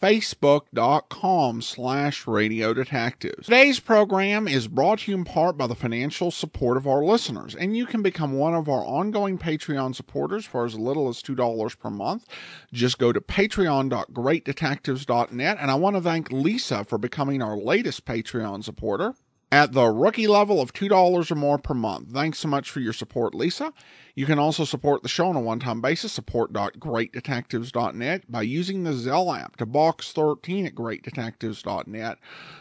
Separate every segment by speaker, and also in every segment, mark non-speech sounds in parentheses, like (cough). Speaker 1: facebook.com slash radio detectives. Today's program is brought to you in part by the financial support of our listeners, and you can become one of our ongoing Patreon supporters for as little as $2 per month. Just go to patreon.greatdetectives.net, and I want to thank Lisa for becoming our latest Patreon supporter at the rookie level of $2 or more per month. Thanks so much for your support, Lisa. You can also support the show on a one time basis, support.greatdetectives.net, by using the Zelle app to box13 at greatdetectives.net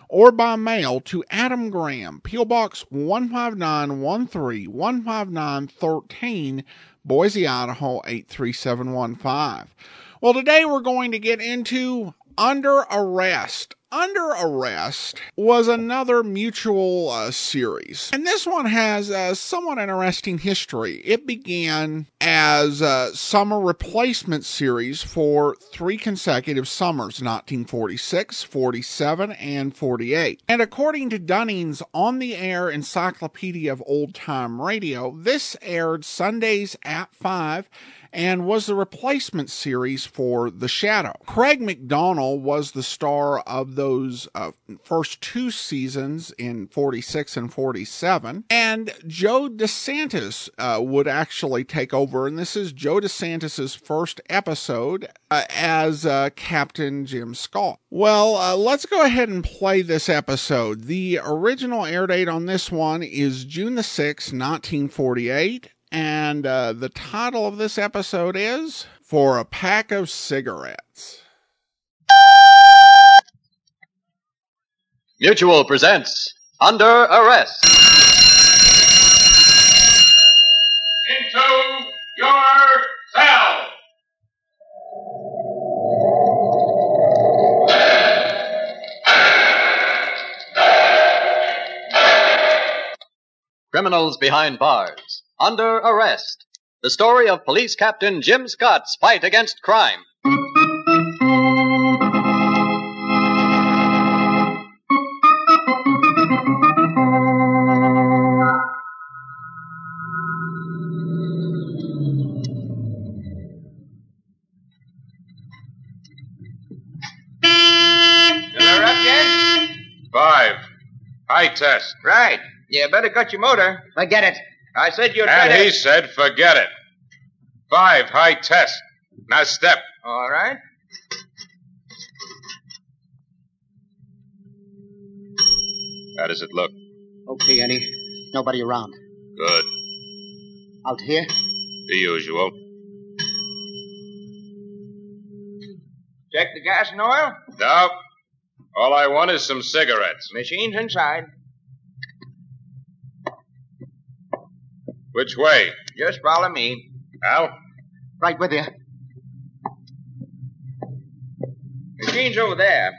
Speaker 1: or by mail to Adam Graham, P.O. Box 15913 15913, Boise, Idaho 83715. Well, today we're going to get into under Arrest. Under Arrest was another mutual uh, series, and this one has a somewhat interesting history. It began as a summer replacement series for three consecutive summers 1946, 47, and 48. And according to Dunning's On the Air Encyclopedia of Old Time Radio, this aired Sundays at 5 and was the replacement series for The Shadow. Craig McDonald was the star of those uh, first two seasons in 46 and 47, and Joe DeSantis uh, would actually take over, and this is Joe DeSantis's first episode uh, as Captain Jim Scott. Well, uh, let's go ahead and play this episode. The original air date on this one is June the 6th, 1948. And uh, the title of this episode is For a Pack of Cigarettes.
Speaker 2: Mutual presents Under Arrest.
Speaker 3: Into your cell.
Speaker 2: Criminals Behind Bars. Under Arrest. The story of police captain Jim Scott's fight against crime.
Speaker 4: They're up yet?
Speaker 3: Five. Eye test.
Speaker 4: Right. You better cut your motor.
Speaker 5: Forget it.
Speaker 4: I said you'd
Speaker 3: And
Speaker 4: better.
Speaker 3: he said, forget it. Five. High test. Now step.
Speaker 4: All right.
Speaker 3: How does it look?
Speaker 5: Okay, Eddie. Nobody around.
Speaker 3: Good.
Speaker 5: Out here?
Speaker 3: The usual.
Speaker 4: Check the gas and oil.
Speaker 3: Now, all I want is some cigarettes.
Speaker 4: Machine's inside.
Speaker 3: Which way?
Speaker 4: Just follow me.
Speaker 3: Al?
Speaker 5: Right with you.
Speaker 4: Machine's over there.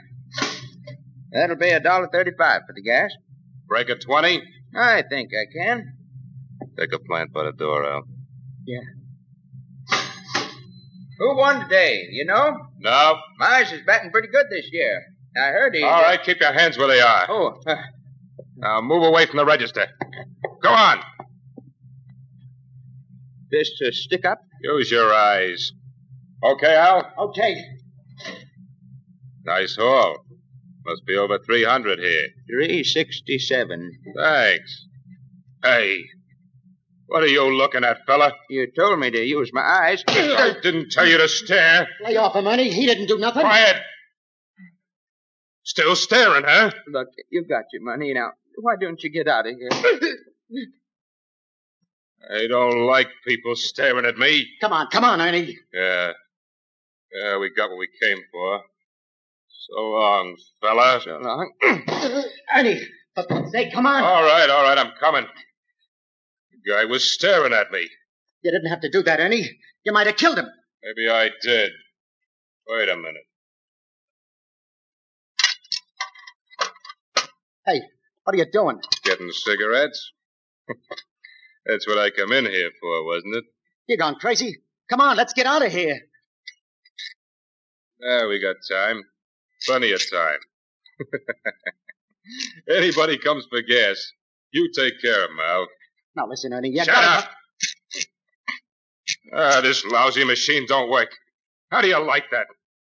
Speaker 4: That'll be a dollar thirty-five for the gas.
Speaker 3: Break a 20?
Speaker 4: I think I can.
Speaker 3: Take a plant by the door, Al.
Speaker 4: Who won today? You know,
Speaker 3: No.
Speaker 4: Myers is batting pretty good this year. I heard he.
Speaker 3: All right, keep your hands where they are.
Speaker 4: Oh, uh,
Speaker 3: Now move away from the register. Go on.
Speaker 4: this uh, stick up.
Speaker 3: Use your eyes. Okay, Al?
Speaker 4: Okay.
Speaker 3: Nice haul. Must be over 300 here.
Speaker 4: Three sixty-seven.
Speaker 3: Thanks. Hey, what are you looking at, fella?
Speaker 4: You told me to use my
Speaker 3: (coughs)
Speaker 4: eyes.
Speaker 3: I didn't tell you to stare.
Speaker 5: Lay off him, Ernie. He didn't do nothing.
Speaker 3: Quiet. Still staring, huh?
Speaker 4: Look, you've got your money now. Why don't you get out of here?
Speaker 3: I don't like people staring at me.
Speaker 5: Come on, come on, Ernie.
Speaker 3: Yeah. Yeah, we got what we came for. So long, fella.
Speaker 4: So long.
Speaker 5: Ernie, for God's sake, come on.
Speaker 3: All right, all right, I'm coming. The guy was staring at me.
Speaker 5: You didn't have to do that, Ernie. You might have killed him.
Speaker 3: Maybe I did. Wait a minute.
Speaker 5: Hey, what are you doing?
Speaker 3: Getting cigarettes? (laughs) That's what I come in here for, wasn't it?
Speaker 5: You're gone crazy. Come on, let's get out of here.
Speaker 3: Ah, we got time. Plenty of time. (laughs) Anybody comes for gas, you take care of 'em, Al.
Speaker 5: Now listen, Ernie. You
Speaker 3: Shut
Speaker 5: gotta...
Speaker 3: up! Ah, this lousy machine don't work. How do you like that?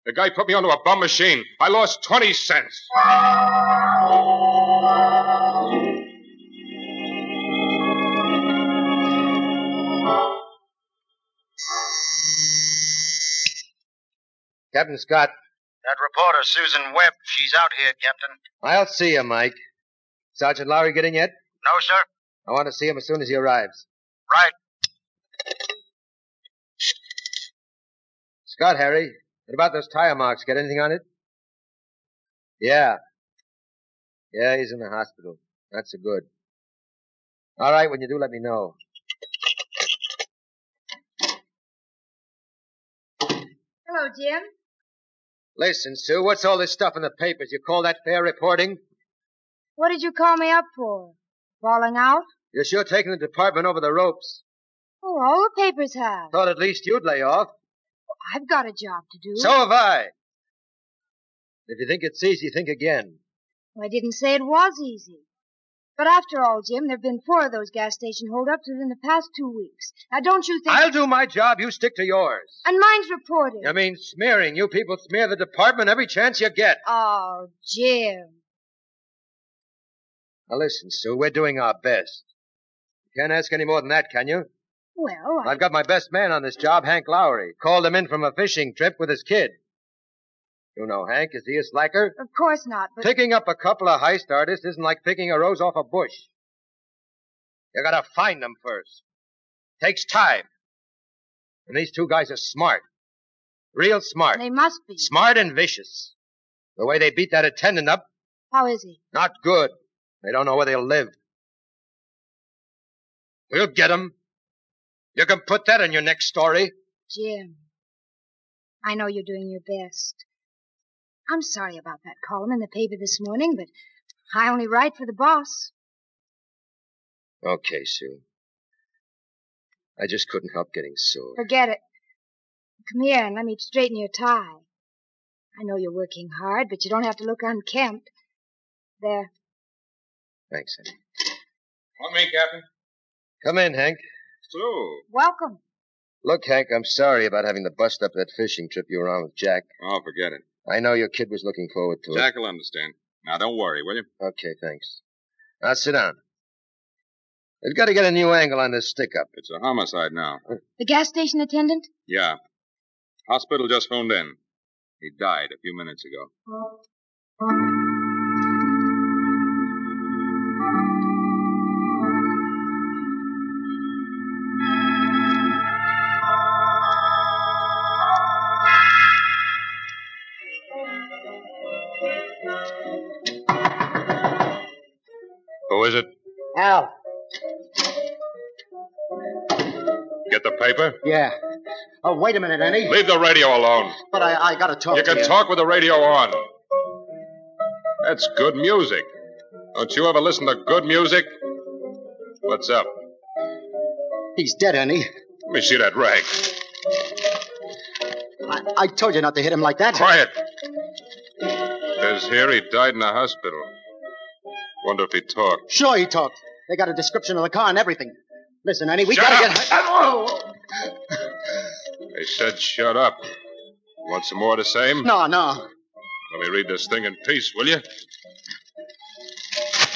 Speaker 3: The guy put me onto a bum machine. I lost 20 cents.
Speaker 6: Captain Scott,
Speaker 4: That reporter, Susan Webb, she's out here, Captain.
Speaker 6: I'll see you, Mike. Sergeant Lowry get in yet?
Speaker 4: No, sir?
Speaker 6: I want to see him as soon as he arrives.
Speaker 4: Right.
Speaker 6: Scott, Harry, what about those tire marks? Get anything on it? Yeah. Yeah, he's in the hospital. Not so good. All right, when you do, let me know.
Speaker 7: Hello, Jim.
Speaker 6: Listen, Sue, what's all this stuff in the papers? You call that fair reporting?
Speaker 7: What did you call me up for? Falling out?
Speaker 6: You're sure taking the department over the ropes.
Speaker 7: Oh, all the papers have.
Speaker 6: Thought at least you'd lay off.
Speaker 7: I've got a job to do.
Speaker 6: So have I. If you think it's easy, think again.
Speaker 7: Well, I didn't say it was easy. But after all, Jim, there have been four of those gas station holdups within the past two weeks. Now, don't you think.
Speaker 6: I'll do my job. You stick to yours.
Speaker 7: And mine's reporting.
Speaker 6: I mean, smearing. You people smear the department every chance you get.
Speaker 7: Oh, Jim.
Speaker 6: Now listen, Sue, we're doing our best. You can't ask any more than that, can you?
Speaker 7: Well, I...
Speaker 6: I've got my best man on this job, Hank Lowry. Called him in from a fishing trip with his kid. You know Hank, is he a slacker?
Speaker 7: of course not, but.
Speaker 6: Picking up a couple of heist artists isn't like picking a rose off a bush. You gotta find them first. Takes time. And these two guys are smart. Real smart.
Speaker 7: They must be.
Speaker 6: Smart and vicious. The way they beat that attendant up,
Speaker 7: How is he?
Speaker 6: not good. They don't know where they'll live. We'll get 'em. You can put that in your next story.
Speaker 7: Jim. I know you're doing your best. I'm sorry about that column in the paper this morning, but I only write for the boss.
Speaker 6: Okay, Sue. I just couldn't help getting sore.
Speaker 7: Forget it. Come here and let me straighten your tie. I know you're working hard, but you don't have to look unkempt. There.
Speaker 6: Thanks, Hank.
Speaker 3: Want me, Captain?
Speaker 6: Come in, Hank.
Speaker 3: Sue.
Speaker 7: Welcome.
Speaker 6: Look, Hank, I'm sorry about having to bust up that fishing trip you were on with Jack.
Speaker 3: Oh, forget it.
Speaker 6: I know your kid was looking forward to
Speaker 3: Jack will understand. Now, don't worry, will you?
Speaker 6: it. Okay, thanks. Now sit down. They've got to get a new angle on this stick up.
Speaker 3: It's a homicide now.
Speaker 7: The gas station attendant?
Speaker 3: Yeah. Hospital just phoned in. He died a few minutes ago. Who is it?
Speaker 5: Al.
Speaker 3: Get the paper?
Speaker 5: Yeah. Oh, wait a minute, Ernie.
Speaker 3: Leave the radio alone.
Speaker 5: But I, I gotta talk
Speaker 3: You
Speaker 5: to
Speaker 3: can talk with the radio on. That's good music. Don't you ever listen to good music? What's up?
Speaker 5: He's dead, Ernie.
Speaker 3: Let me see that rag.
Speaker 5: I, I told you not to hit him like that.
Speaker 3: Quiet. Says here he died in a hospital. Wonder if he talked.
Speaker 5: Sure, he talked. They got a description of the car and everything. Listen, Ernie, we
Speaker 3: Shut
Speaker 5: gotta
Speaker 3: up.
Speaker 5: get. Oh!
Speaker 3: They said shut up. Want some more of the same?
Speaker 5: No, no.
Speaker 3: Let me read this thing in peace, will you?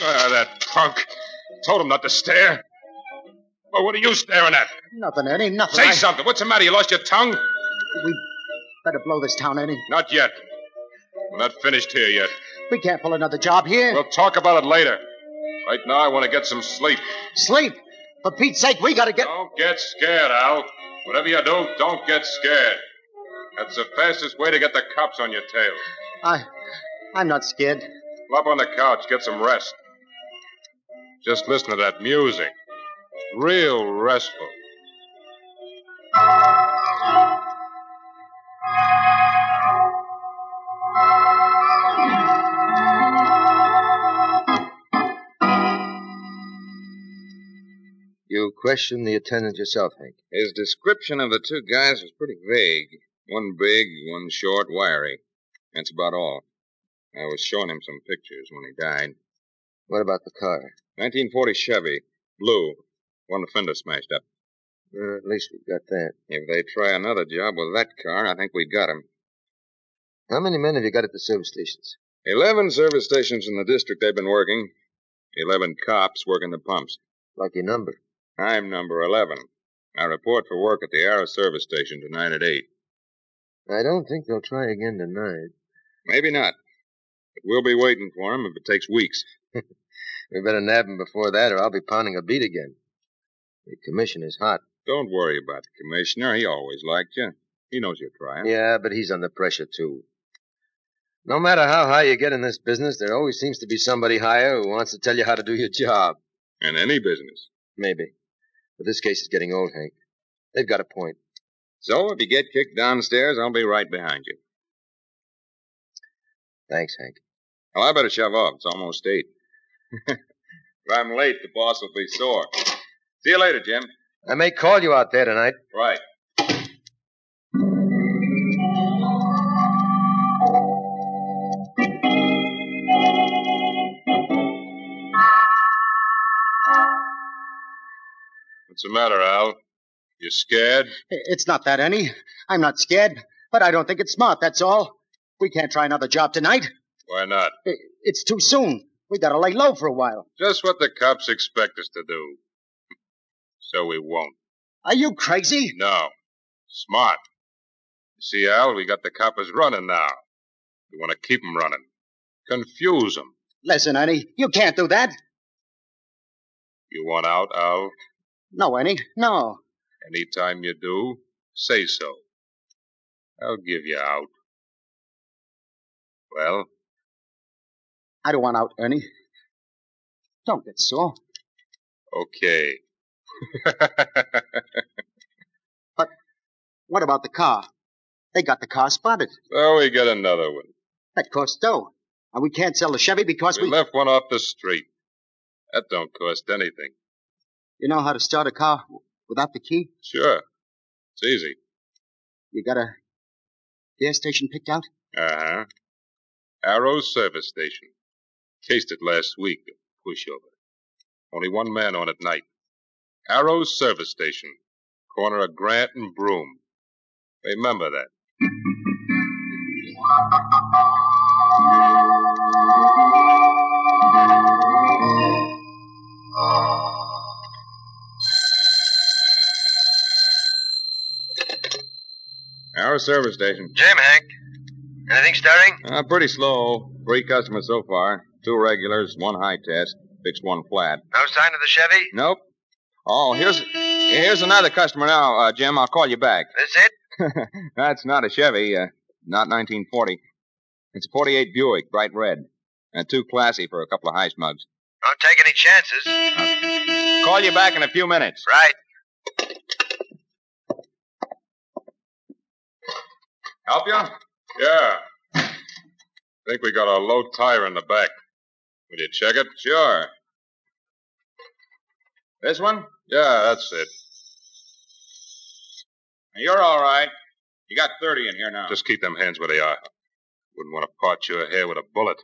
Speaker 3: Ah, that punk. Told him not to stare. Well, what are you staring at?
Speaker 5: Nothing, Ernie, nothing.
Speaker 3: Say
Speaker 5: I-
Speaker 3: something. What's the matter? You lost your tongue?
Speaker 5: We better blow this town, Ernie.
Speaker 3: Not yet. We're not finished here yet.
Speaker 5: We can't pull another job here.
Speaker 3: We'll talk about it later. Right now, I want to get some sleep.
Speaker 5: Sleep. For Pete's sake, we gotta get.
Speaker 3: Don't get scared, Al. Whatever you do, don't get scared. That's the fastest way to get the cops on your tail.
Speaker 5: I, I'm not scared.
Speaker 3: Flop on the couch, get some rest. Just listen to that music. Real restful.
Speaker 6: You question the attendant yourself, Hank.
Speaker 8: His description of the two guys was pretty vague. One big, one short, wiry. That's about all. I was showing him some pictures when he died.
Speaker 6: What about the car?
Speaker 8: 1940 Chevy, blue. One fender smashed up.
Speaker 6: Well, at least we got that.
Speaker 8: If they try another job with that car, I think we got him.
Speaker 6: How many men have you got at the service stations?
Speaker 8: Eleven service stations in the district they've been working. Eleven cops working the pumps.
Speaker 6: Lucky number.
Speaker 8: I'm number 11. I report for work at the Arrow service station tonight at 8.
Speaker 6: I don't think they'll try again tonight.
Speaker 8: Maybe not. But we'll be waiting for 'em if it takes weeks.
Speaker 6: We better nab 'em before that, or I'll be pounding a beat again. The commissioner's hot.
Speaker 8: Don't worry about the commissioner. He always liked you. He knows you're trying.
Speaker 6: Yeah, but he's under pressure, too. No matter how high you get in this business, there always seems to be somebody higher who wants to tell you how to do your job.
Speaker 8: In any business.
Speaker 6: Maybe. But this case is getting old, Hank. They've got a point.
Speaker 8: So if you get kicked downstairs, I'll be right behind you.
Speaker 6: Thanks, Hank.
Speaker 8: Well, I better shove off. It's almost eight. (laughs) if I'm late, the boss will be sore. See you later, Jim.
Speaker 6: I may call you out there tonight.
Speaker 8: Right.
Speaker 3: What's the matter, Al? You scared?
Speaker 5: It's not that any. I'm not scared, but I don't think it's smart, that's all. We can't try another job tonight.
Speaker 3: Why not?
Speaker 5: I- It's too soon. We gotta lay low for a while.
Speaker 3: Just what the cops expect us to do. (laughs) So we won't.
Speaker 5: Are you crazy?
Speaker 3: No. Smart. You see, Al, we got the coppers running now. We want to keep 'em running. Confuse 'em.
Speaker 5: Listen, Ernie, you can't do that.
Speaker 3: You want out, Al?
Speaker 5: No, Ernie, no.
Speaker 3: Anytime you do, say so. I'll give you out. Well,
Speaker 5: I don't want out, Ernie. Don't get sore.
Speaker 3: okay. (laughs)
Speaker 5: What about the car? They got the car spotted.
Speaker 3: so we got another one.
Speaker 5: That costs dough. And we can't sell the Chevy because
Speaker 3: We
Speaker 5: we.
Speaker 3: left one off the street. That don't cost anything.
Speaker 5: You know how to start a car w- without the key?
Speaker 3: Sure. It's easy.
Speaker 5: You got a gas station picked out?
Speaker 3: Uh huh. Arrow service station. Cased it last week, a pushover. Only one man on at night. Arrow service station. Corner of Grant and Broom. Remember that.
Speaker 8: Arrow service station.
Speaker 6: Jim, Hank. Anything stirring?
Speaker 8: Uh, pretty slow. Three customers so far. Two regulars, one high test. Fixed one flat.
Speaker 6: No sign of the Chevy?
Speaker 8: Nope. Oh, here's here's another customer now, uh, Jim. I'll call you back.
Speaker 6: This it?
Speaker 8: That's not a Chevy. Uh, not 1940. It's a 48 Buick, bright red. Uh, too classy for a couple of high smugs.
Speaker 6: Don't take any chances.
Speaker 8: Call you back in a few minutes.
Speaker 6: Right.
Speaker 8: Help you?
Speaker 3: Yeah. Think we got a low tire in the back. Will you check it? Sure.
Speaker 8: This one?
Speaker 3: Yeah, that's it.
Speaker 8: You're all right. You got 30 in here now.
Speaker 3: Just keep them hands where they are. Wouldn't want to part your hair with a bullet.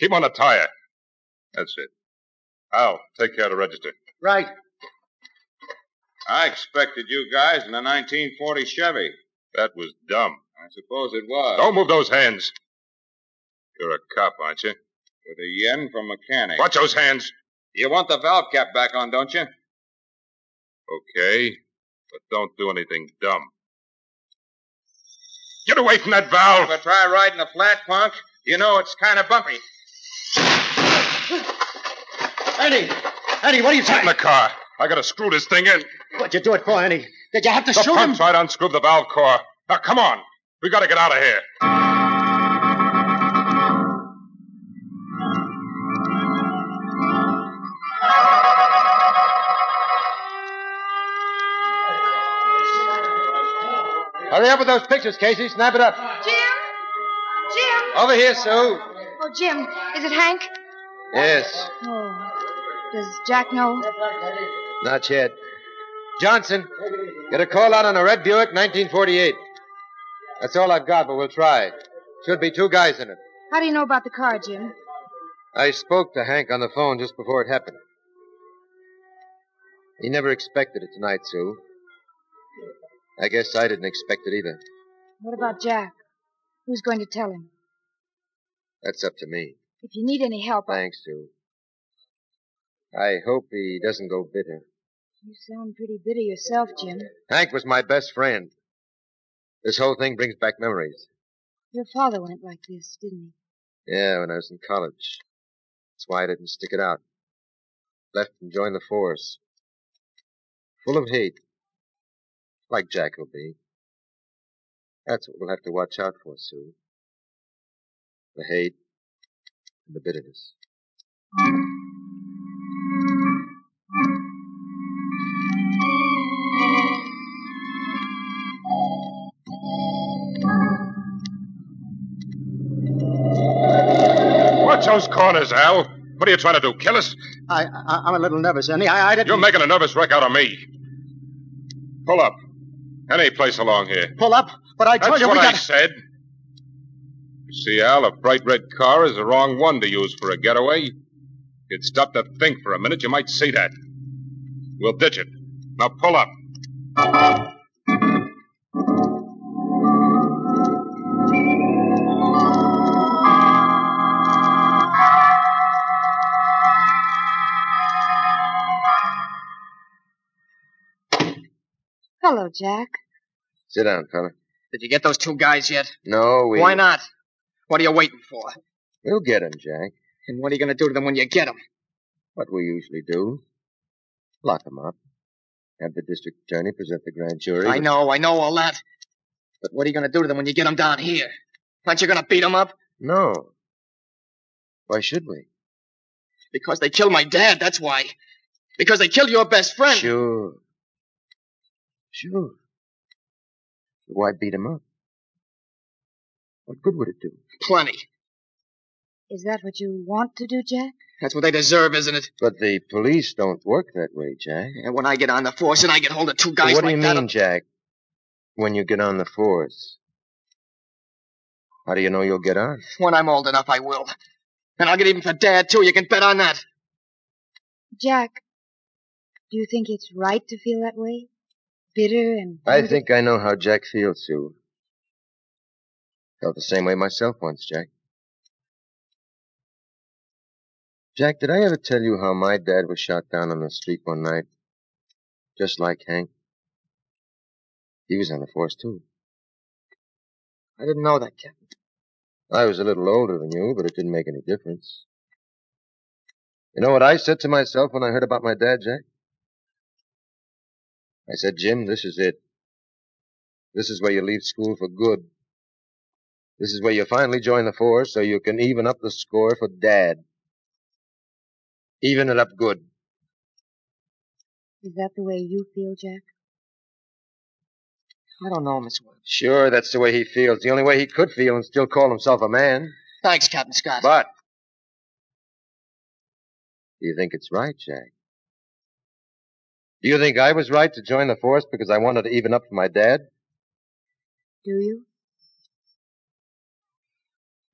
Speaker 3: Keep on the tire. That's it. Al, take care of the register.
Speaker 5: Right.
Speaker 8: I expected you guys in a 1940 Chevy.
Speaker 3: That was dumb.
Speaker 8: I suppose it was.
Speaker 3: Don't move those hands. You're a cop, aren't you?
Speaker 8: With a yen from mechanic.
Speaker 3: Watch those hands.
Speaker 8: You want the valve cap back on, don't you?
Speaker 3: Okay, but don't do anything dumb. Get away from that valve!
Speaker 8: But try riding a flat punk. You know it's kind of bumpy.
Speaker 5: Ernie! Ernie, what are you
Speaker 3: Get in
Speaker 5: talking
Speaker 3: the car. I gotta screw this thing in.
Speaker 5: What'd you do it for, Ernie? Did you have to
Speaker 3: The
Speaker 5: shoot him?
Speaker 3: pump tried to unscrew the valve core. Now come on. We gotta get out of here.
Speaker 6: Hurry up with those pictures, Casey. Snap it up.
Speaker 7: Jim? Jim?
Speaker 6: Over here, Sue.
Speaker 7: Oh, Jim, is it Hank?
Speaker 6: Yes.
Speaker 7: Oh. Does Jack know?
Speaker 6: Not yet. Johnson, get a call out on a red Buick 1948. That's all I've got, but we'll try. Should be two guys in it.
Speaker 7: How do you know about the car, Jim?
Speaker 6: I spoke to Hank on the phone just before it happened. He never expected it tonight, Sue. I guess I didn't expect it either.
Speaker 7: What about Jack? Who's going to tell him?
Speaker 6: That's up to me.
Speaker 7: If you need any help, I...
Speaker 6: Thanks, Sue. I hope he doesn't go bitter.
Speaker 7: You sound pretty bitter yourself, Jim.
Speaker 6: Hank was my best friend. This whole thing brings back memories.
Speaker 7: Your father went like this, didn't
Speaker 6: Yeah, when I was in college. That's why I didn't stick it out. Left and joined the force. Full of hate. Like Jack will be. That's what we'll have to watch out for, Sue. The hate and the bitterness.
Speaker 3: Watch those corners, Al. What are you trying to do? Kill us?
Speaker 5: I, I I'm a little nervous, Ernie. I, I didn't
Speaker 3: You're making a nervous wreck out of me. Pull up. Any place along here.
Speaker 5: pull up, but I told
Speaker 3: That's
Speaker 5: you
Speaker 3: what
Speaker 5: we
Speaker 3: I
Speaker 5: got.
Speaker 3: said. You see, Al, a bright red car is the wrong one to use for a getaway. If you'd stop to think for a minute, you might see that. We'll ditch it. Now pull up.
Speaker 7: he? Hello, Jack.
Speaker 6: Sit down, fella.
Speaker 4: Did you get those two guys yet?
Speaker 6: No, we.
Speaker 4: Why not? What are you waiting for?
Speaker 6: We'll get him, Jack.
Speaker 4: And what are you going to do to them when you get them?
Speaker 6: What we usually do. Lock him up. Have the district attorney present the grand jury.
Speaker 4: I know, I know all that. But what are you going to do to them when you get them down here? Aren't you going to beat them up?
Speaker 6: No. Why should we?
Speaker 4: Because they killed my dad, that's why. Because they killed your best friend.
Speaker 6: Sure. Sure. But Why beat him up? What good would it do?
Speaker 4: Plenty.
Speaker 7: Is that what you want to do, Jack?
Speaker 4: That's what they deserve, isn't it?
Speaker 6: But the police don't work that way, Jack.
Speaker 4: And when I get on the force and I get hold of two guys
Speaker 6: what do
Speaker 4: like
Speaker 6: you
Speaker 4: that,
Speaker 6: mean, Jack? When you get on the force? How do you know you'll get on?
Speaker 4: when I'm old enough, I will. And I'll get even for Dad, too. You can bet on that.
Speaker 7: Jack, do you think it's right to feel that way? Bitter and...
Speaker 6: I think I know how Jack feels, Sue. Felt the same way myself once, Jack. Jack, did I ever tell you how my dad was shot down on the street one night? Just like Hank. He was on the force, too.
Speaker 4: I didn't know that, Captain.
Speaker 6: I was a little older than you, but it didn't make any difference. You know what I said to myself when I heard about my dad, Jack? I said, Jim, this is it. This is where you leave school for good. This is where you finally join the force so you can even up the score for dad. Even it up good.
Speaker 7: Is that the way you feel, Jack?
Speaker 4: I don't know, Miss Welch.
Speaker 6: Sure, that's the way he feels. The only way he could feel and still call himself a man.
Speaker 4: Thanks, Captain Scott.
Speaker 6: But. Do you think it's right, Jack? Do you think I was right to join the force because I wanted to even up for my dad?
Speaker 7: Do you?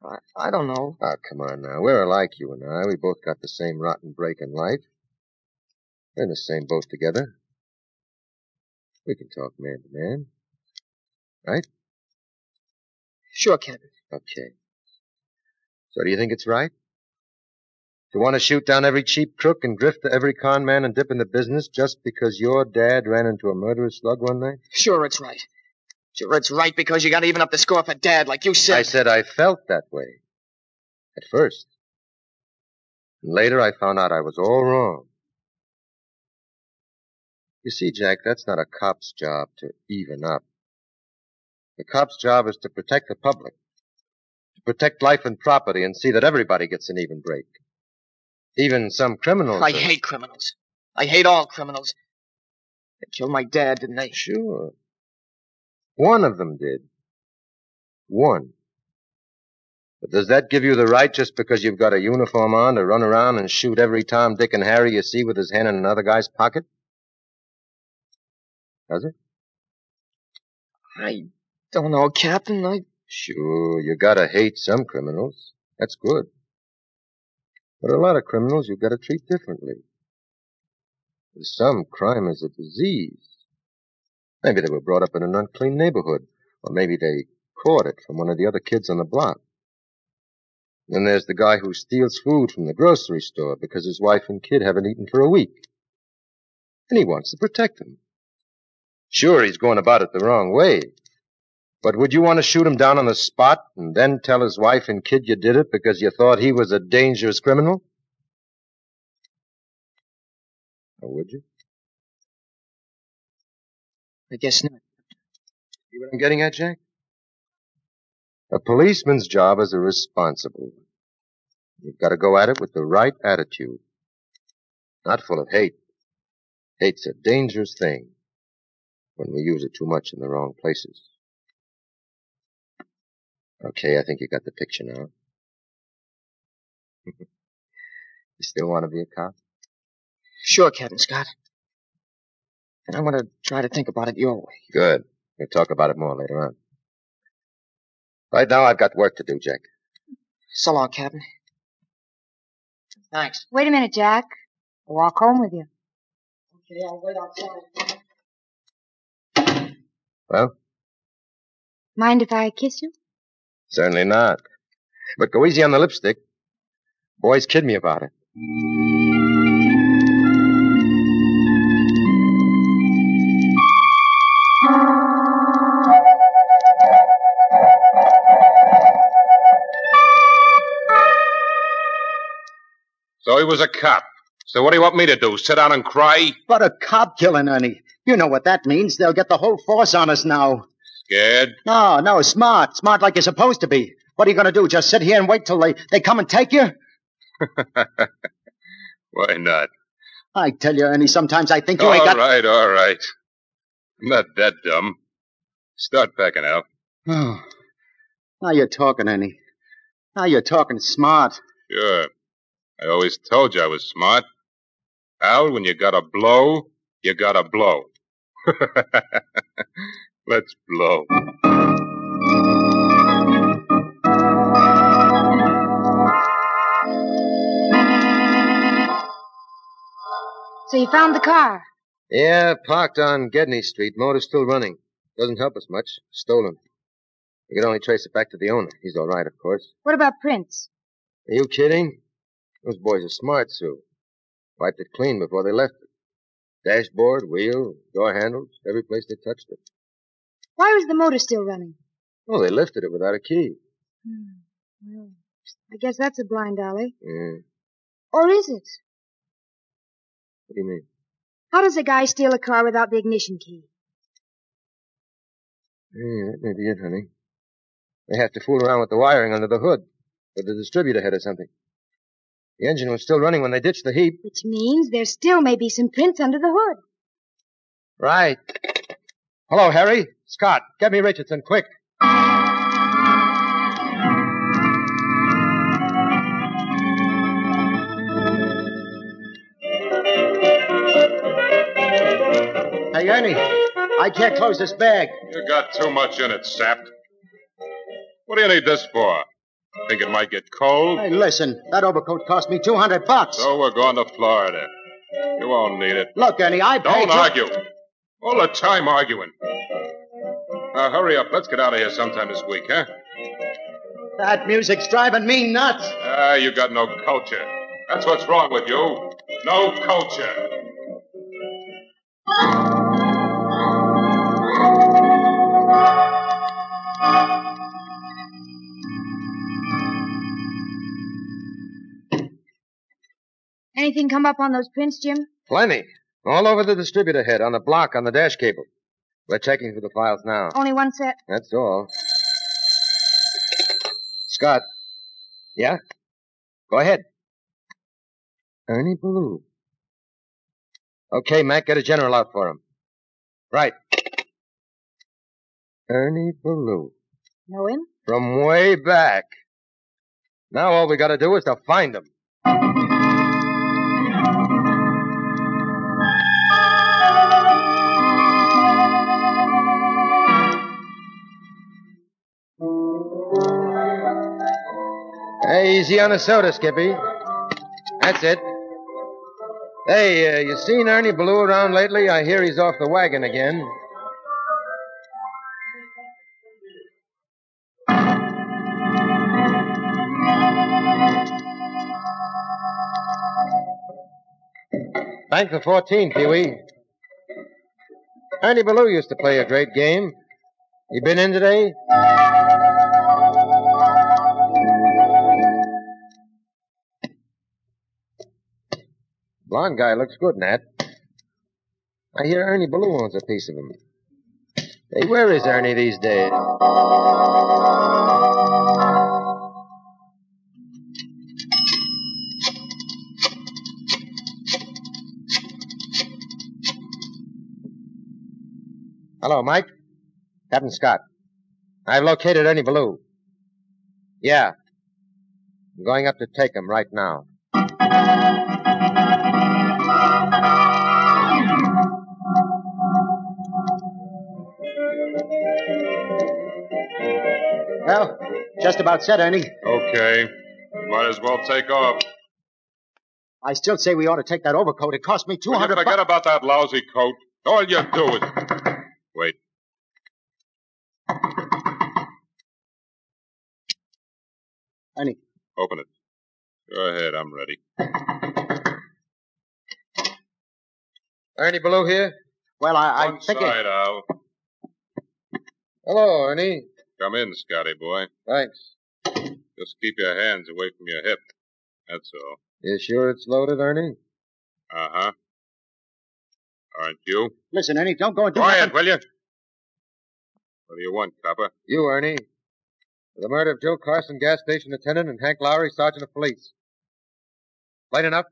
Speaker 4: I, I don't know.
Speaker 6: Oh, come on now. We're alike, you and I. We both got the same rotten break in life. We're in the same boat together. We can talk man to man.
Speaker 4: Sure, Captain.
Speaker 6: Okay. So do you think it's right? To want to shoot down every cheap crook and grift to every con man and dip in the business just because your dad ran into a murderous slug one night?
Speaker 4: Sure, it's right. Sure, it's right because you got to even up the score for Dad, like you said.
Speaker 6: I said I felt that way. At first. And later I found out I was all wrong. You see, Jack, that's not a cop's job to even up. The cop's job is to protect the public, to protect life and property and see that everybody gets an even break. Even some criminals.
Speaker 4: I
Speaker 6: are-
Speaker 4: hate criminals. I hate all criminals. They killed my dad, didn't they?
Speaker 6: Sure. One of them did. One. But does that give you the right just because you've got a uniform on to run around and shoot every Tom, Dick, and Harry you see with his hand in another guy's pocket? Does it?
Speaker 9: I don't know, Captain. I
Speaker 6: Sure, you gotta hate some criminals. That's good. But a lot of criminals you gotta treat differently. For some, crime is a disease. Maybe they were brought up in an unclean neighborhood, or maybe they caught it from one of the other kids on the block. Then there's the guy who steals food from the grocery store because his wife and kid haven't eaten for a week. And he wants to protect them. Sure, he's going about it the wrong way. But would you want to shoot him down on the spot and then tell his wife and kid you did it because you thought he was a dangerous criminal? Or would you?
Speaker 9: I guess not.
Speaker 6: See what I'm getting at, Jack? A policeman's job is a responsible one. You've got to go at it with the right attitude. Not full of hate. Hate's a dangerous thing when we use it too much in the wrong places. Okay, I think you got the picture now. (laughs) you still want to be a cop?
Speaker 9: Sure, Captain Scott. And I'm gonna try to think about it your way.
Speaker 6: Good. We'll talk about it more later on. Right now, I've got work to do, Jack.
Speaker 9: So long, Captain. Thanks.
Speaker 7: Wait a minute, Jack. I'll walk home with you.
Speaker 9: Okay, I'll wait outside.
Speaker 6: Well,
Speaker 7: Mind if I kiss you?
Speaker 6: certainly not. But go easy on the lipstick. Boys kid me about it.
Speaker 3: So he was a cop. So what do you want me to do? Sit down and cry?
Speaker 5: But a cop killing Ernie. You know what that means. They'll get the whole force on us now.
Speaker 3: Scared?
Speaker 5: No, no, smart. Smart like you're supposed to be. What are you going to do? Just sit here and wait till they, they come and take you?
Speaker 3: Why not?
Speaker 5: I tell you, Ernie, sometimes I think you
Speaker 3: All
Speaker 5: ain't got.
Speaker 3: right, all right. I'm not that dumb. Start packing out.
Speaker 5: Oh, (sighs) now you're talking, Ernie. Now you're talking smart.
Speaker 3: Sure. I always told you I was smart. Al, when you gotta blow, you gotta blow. (laughs) Let's blow.
Speaker 7: So you found the car.
Speaker 6: Yeah, parked on Gedney Street. Motor's still running. Doesn't help us much. Stolen. We can only trace it back to the owner. He's all right, of course.
Speaker 7: What about Prince?
Speaker 6: Are you kidding? Those boys are smart, Sue. Wiped it clean before they left it. Dashboard, wheel, door handles, every place they touched it.
Speaker 7: Why was the motor still running?
Speaker 6: Oh, they lifted it without a key.
Speaker 7: Hmm. Well, I guess that's a blind alley.
Speaker 6: Yeah.
Speaker 7: Or is it?
Speaker 6: What do you mean?
Speaker 7: How does a guy steal a car without the ignition key?
Speaker 6: Yeah, that may be it, honey. They have to fool around with the wiring under the hood, with the distributor head or something. The engine was still running when they ditched the heap.
Speaker 7: Which means there still may be some prints under the hood.
Speaker 6: Right. Hello, Harry. Scott, get me Richardson, quick.
Speaker 5: Hey, Ernie, I can't close this bag.
Speaker 3: You got too much in it, sap. What do you need this for? Think it might get cold?
Speaker 5: Hey, listen, that overcoat cost me 200 bucks.
Speaker 3: So we're going to Florida. You won't need it.
Speaker 5: Look, Ernie, I paid
Speaker 3: Don't
Speaker 5: you-
Speaker 3: argue. All the time arguing. Now, hurry up. Let's get out of here sometime this week, huh?
Speaker 5: That music's driving me nuts.
Speaker 3: Ah, you got no culture. That's what's wrong with you. No culture.
Speaker 7: Anything come up on those prints, Jim?
Speaker 6: Plenty. All over the distributor head, on the block, on the dash cable. We're checking through the files now.
Speaker 7: Only one set.
Speaker 6: That's all. Scott. Yeah? Go ahead. Ernie Ballou. Okay, Mac, get a general out for him. Right. Ernie Ballou.
Speaker 7: Know him?
Speaker 6: From way back. Now all we gotta do is to find him. Hey, easy on the soda, Skippy. That's it. Hey, uh, you seen Ernie Blue around lately? I hear he's off the wagon again. Bank the 14, Pee-wee. Ernie Ballou used to play a great game. You been in today? Blonde guy looks good, Nat. I hear Ernie Ballou owns a piece of him. Hey, where is Ernie these days? Hello, Mike. Captain Scott. I've located Ernie Ballou. Yeah. I'm going up to take him right now.
Speaker 5: Well, just about set, Ernie.
Speaker 3: Okay. Might as well take off.
Speaker 5: I still say we ought to take that overcoat. It cost me two
Speaker 3: Will you
Speaker 5: hundred.
Speaker 3: forget about that lousy coat? All you do is. Wait.
Speaker 5: Ernie.
Speaker 3: Open it. Go ahead, I'm ready.
Speaker 6: Ernie Ballou here?
Speaker 5: Well, I,
Speaker 3: One side, Al.
Speaker 6: Hello, Ernie.
Speaker 3: Come in, Scotty boy.
Speaker 6: Thanks.
Speaker 3: Just keep your hands away from your hip. That's all.
Speaker 6: You sure it's loaded, Ernie?
Speaker 3: Uh huh. Aren't you?
Speaker 5: Listen, Ernie, don't go and do (laughs)
Speaker 3: Quiet,
Speaker 5: nothing.
Speaker 3: will you? What do you want, copper?
Speaker 6: You, Ernie. For the murder of Joe Carson, gas station attendant, and Hank Lowry, sergeant of police. Light enough?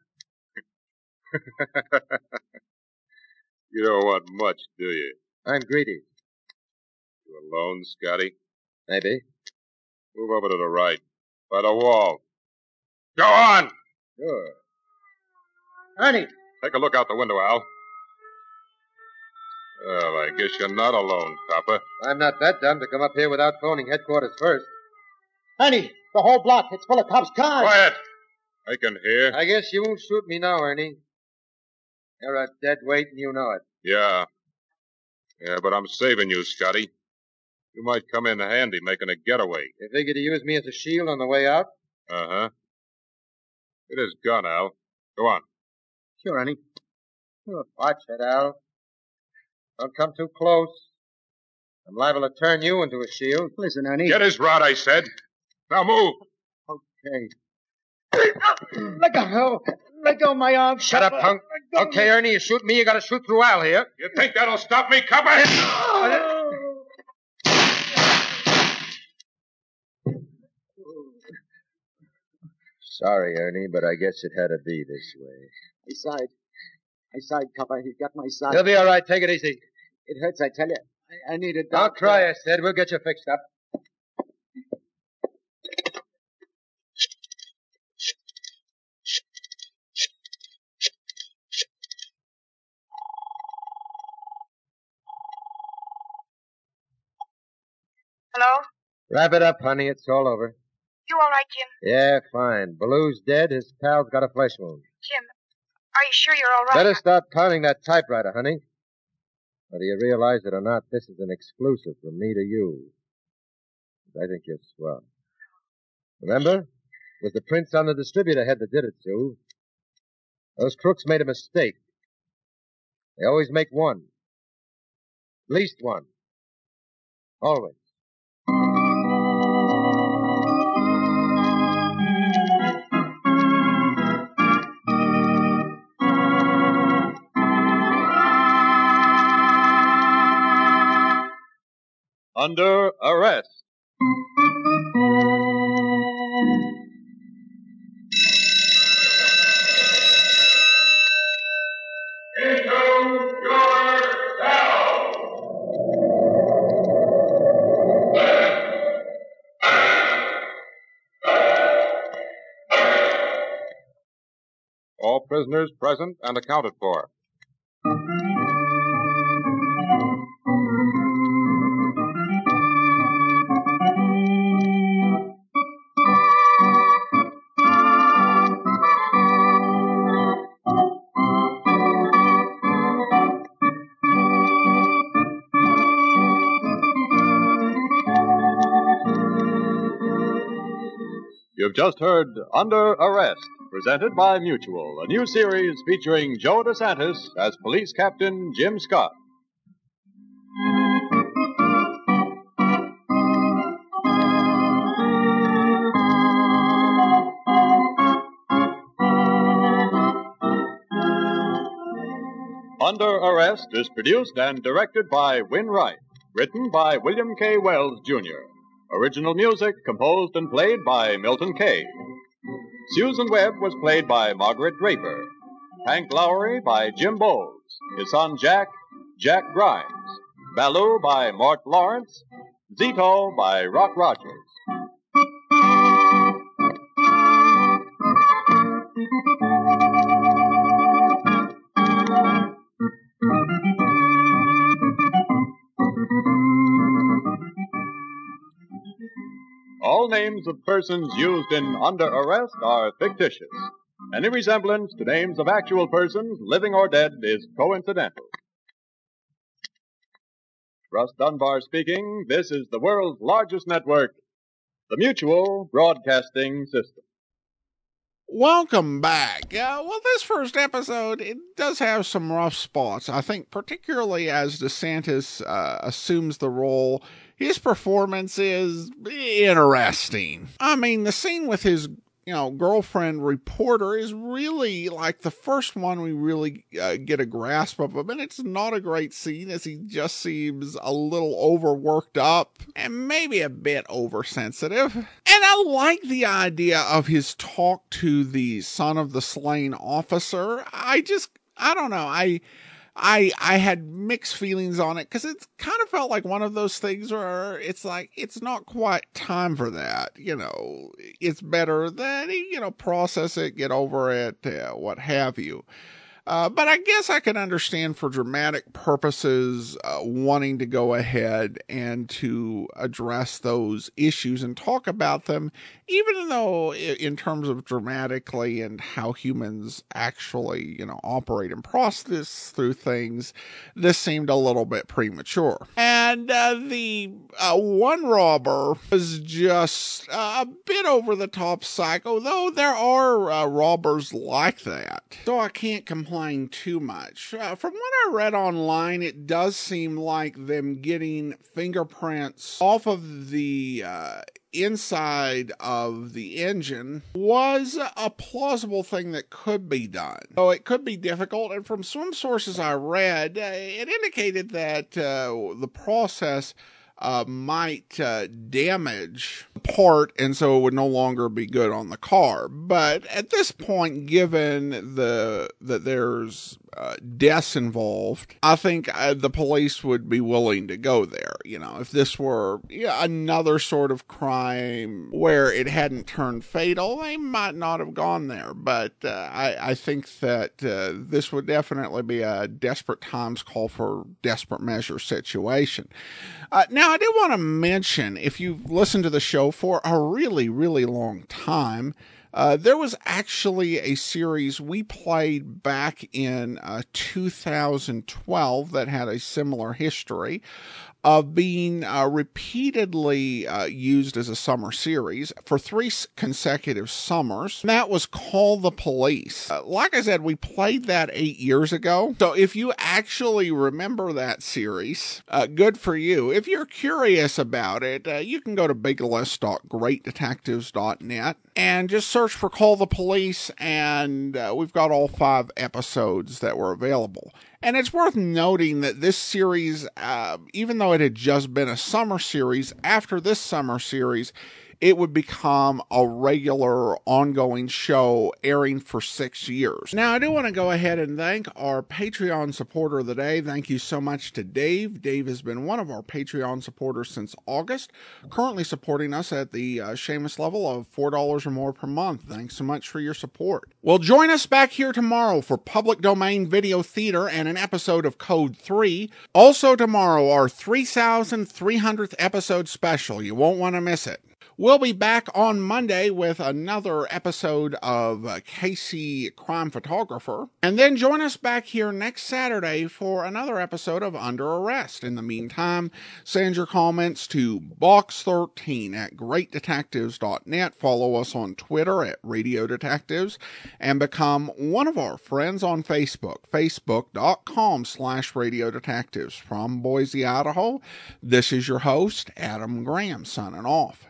Speaker 3: You don't want much, do you?
Speaker 6: I'm greedy.
Speaker 3: You alone, Scotty?
Speaker 6: Maybe.
Speaker 3: Move over to the right. By the wall. Go on!
Speaker 6: Sure.
Speaker 5: Ernie.
Speaker 3: Take a look out the window, Al. Well, I guess you're not alone, copper.
Speaker 6: I'm not that dumb to come up here without phoning headquarters first.
Speaker 5: Ernie, the whole block. It's full of cops' cars.
Speaker 3: Quiet! I can hear.
Speaker 6: I guess you won't shoot me now, Ernie. You're a dead weight and you know it.
Speaker 3: Yeah. Yeah, but I'm saving you, Scotty. You might come in handy making a getaway.
Speaker 6: You figure to use me as a shield on the way out?
Speaker 3: Uh huh. It is gone, Al. Go on.
Speaker 5: Sure, Ernie.
Speaker 6: Watch it, Al. Don't come too close. I'm liable to turn you into a shield.
Speaker 5: Listen, Ernie.
Speaker 3: Get his rod, I said. Now move.
Speaker 5: Okay. (laughs) Let go. Let go of my arm.
Speaker 6: Shut up, punk. Okay, Ernie, you shoot me, you gotta shoot through Al here.
Speaker 3: You think that'll stop me, copper?
Speaker 6: Sorry, Ernie, but I guess it had to be this way.
Speaker 5: My side. My side, Copper. He got my side.
Speaker 6: Uh, You'll be all right. Take it easy.
Speaker 5: It hurts, I tell you. I, I need a
Speaker 6: Don't
Speaker 5: doctor.
Speaker 6: cry, I said. We'll get you fixed up.
Speaker 10: Hello?
Speaker 6: Wrap it up, honey. It's all over.
Speaker 10: You all right, Jim?
Speaker 6: Yeah, fine. Baloo's dead. His pal's got a flesh wound.
Speaker 10: Jim, are you sure you're all right?
Speaker 6: Better start pounding that typewriter, honey. Whether you realize it or not, this is an exclusive from me to you. I think you're swell. Remember? It was the prints on the distributor head that did it, Sue. Those crooks made a mistake. They always make one. At least one. Always.
Speaker 2: Under arrest.
Speaker 3: All prisoners present and accounted for.
Speaker 2: You've just heard Under Arrest, presented by Mutual, a new series featuring Joe DeSantis as police captain Jim Scott. Under Arrest is produced and directed by Win Wright, written by William K. Wells, Jr. Original music composed and played by Milton Kay. Susan Webb was played by Margaret Draper. Hank Lowry by Jim Bowles. His son Jack, Jack Grimes. Baloo by Mort Lawrence. Zito by Rock Rogers. All names of persons used in under arrest are fictitious. Any resemblance to names of actual persons, living or dead, is coincidental. Russ Dunbar speaking. This is the world's largest network, the Mutual Broadcasting System.
Speaker 1: Welcome back. Uh, well, this first episode it does have some rough spots. I think, particularly as DeSantis uh, assumes the role, his performance is interesting. I mean, the scene with his you know girlfriend reporter is really like the first one we really uh, get a grasp of him, and it's not a great scene as he just seems a little overworked up and maybe a bit oversensitive. And I like the idea of his talk to the son of the slain officer. I just I don't know. I I I had mixed feelings on it because it kind of felt like one of those things where it's like it's not quite time for that. You know, it's better that you know process it, get over it, uh, what have you. Uh, but I guess I can understand for dramatic purposes uh, wanting to go ahead and to address those issues and talk about them, even though i- in terms of dramatically and how humans actually you know operate and process through things, this seemed a little bit premature. And uh, the uh, one robber was just uh, a bit over the top psycho, though there are uh, robbers like that, so I can't complain too much. Uh, from what I read online, it does seem like them getting fingerprints off of the uh, inside of the engine was a plausible thing that could be done. So it could be difficult. And from some sources I read, uh, it indicated that uh, the process uh, might uh, damage the part, and so it would no longer be good on the car. But at this point, given the that there's uh, deaths involved, I think uh, the police would be willing to go there. You know, if this were yeah, another sort of crime where it hadn't turned fatal, they might not have gone there. But uh, I, I think that uh, this would definitely be a desperate times call for desperate measure situation. Uh, now, I did want to mention if you've listened to the show for a really, really long time, uh, there was actually a series we played back in uh, 2012 that had a similar history of being uh, repeatedly uh, used as a summer series for three s- consecutive summers. And that was Call the Police. Uh, like I said, we played that eight years ago. So if you actually remember that series, uh, good for you. If you're curious about it, uh, you can go to biglist.greatdetectives.net and just search for Call the Police, and uh, we've got all five episodes that were available. And it's worth noting that this series, uh, even though it had just been a summer series, after this summer series, it would become a regular ongoing show airing for six years. Now, I do want to go ahead and thank our Patreon supporter of the day. Thank you so much to Dave. Dave has been one of our Patreon supporters since August, currently supporting us at the uh, Seamus level of $4 or more per month. Thanks so much for your support. Well, join us back here tomorrow for public domain video theater and an episode of Code 3. Also, tomorrow, our 3,300th episode special. You won't want to miss it. We'll be back on Monday with another episode of uh, Casey Crime Photographer. And then join us back here next Saturday for another episode of Under Arrest. In the meantime, send your comments to box13 at greatdetectives.net. Follow us on Twitter at Radio Detectives and become one of our friends on Facebook, facebook.com slash radio detectives. From Boise, Idaho, this is your host, Adam Graham, signing off.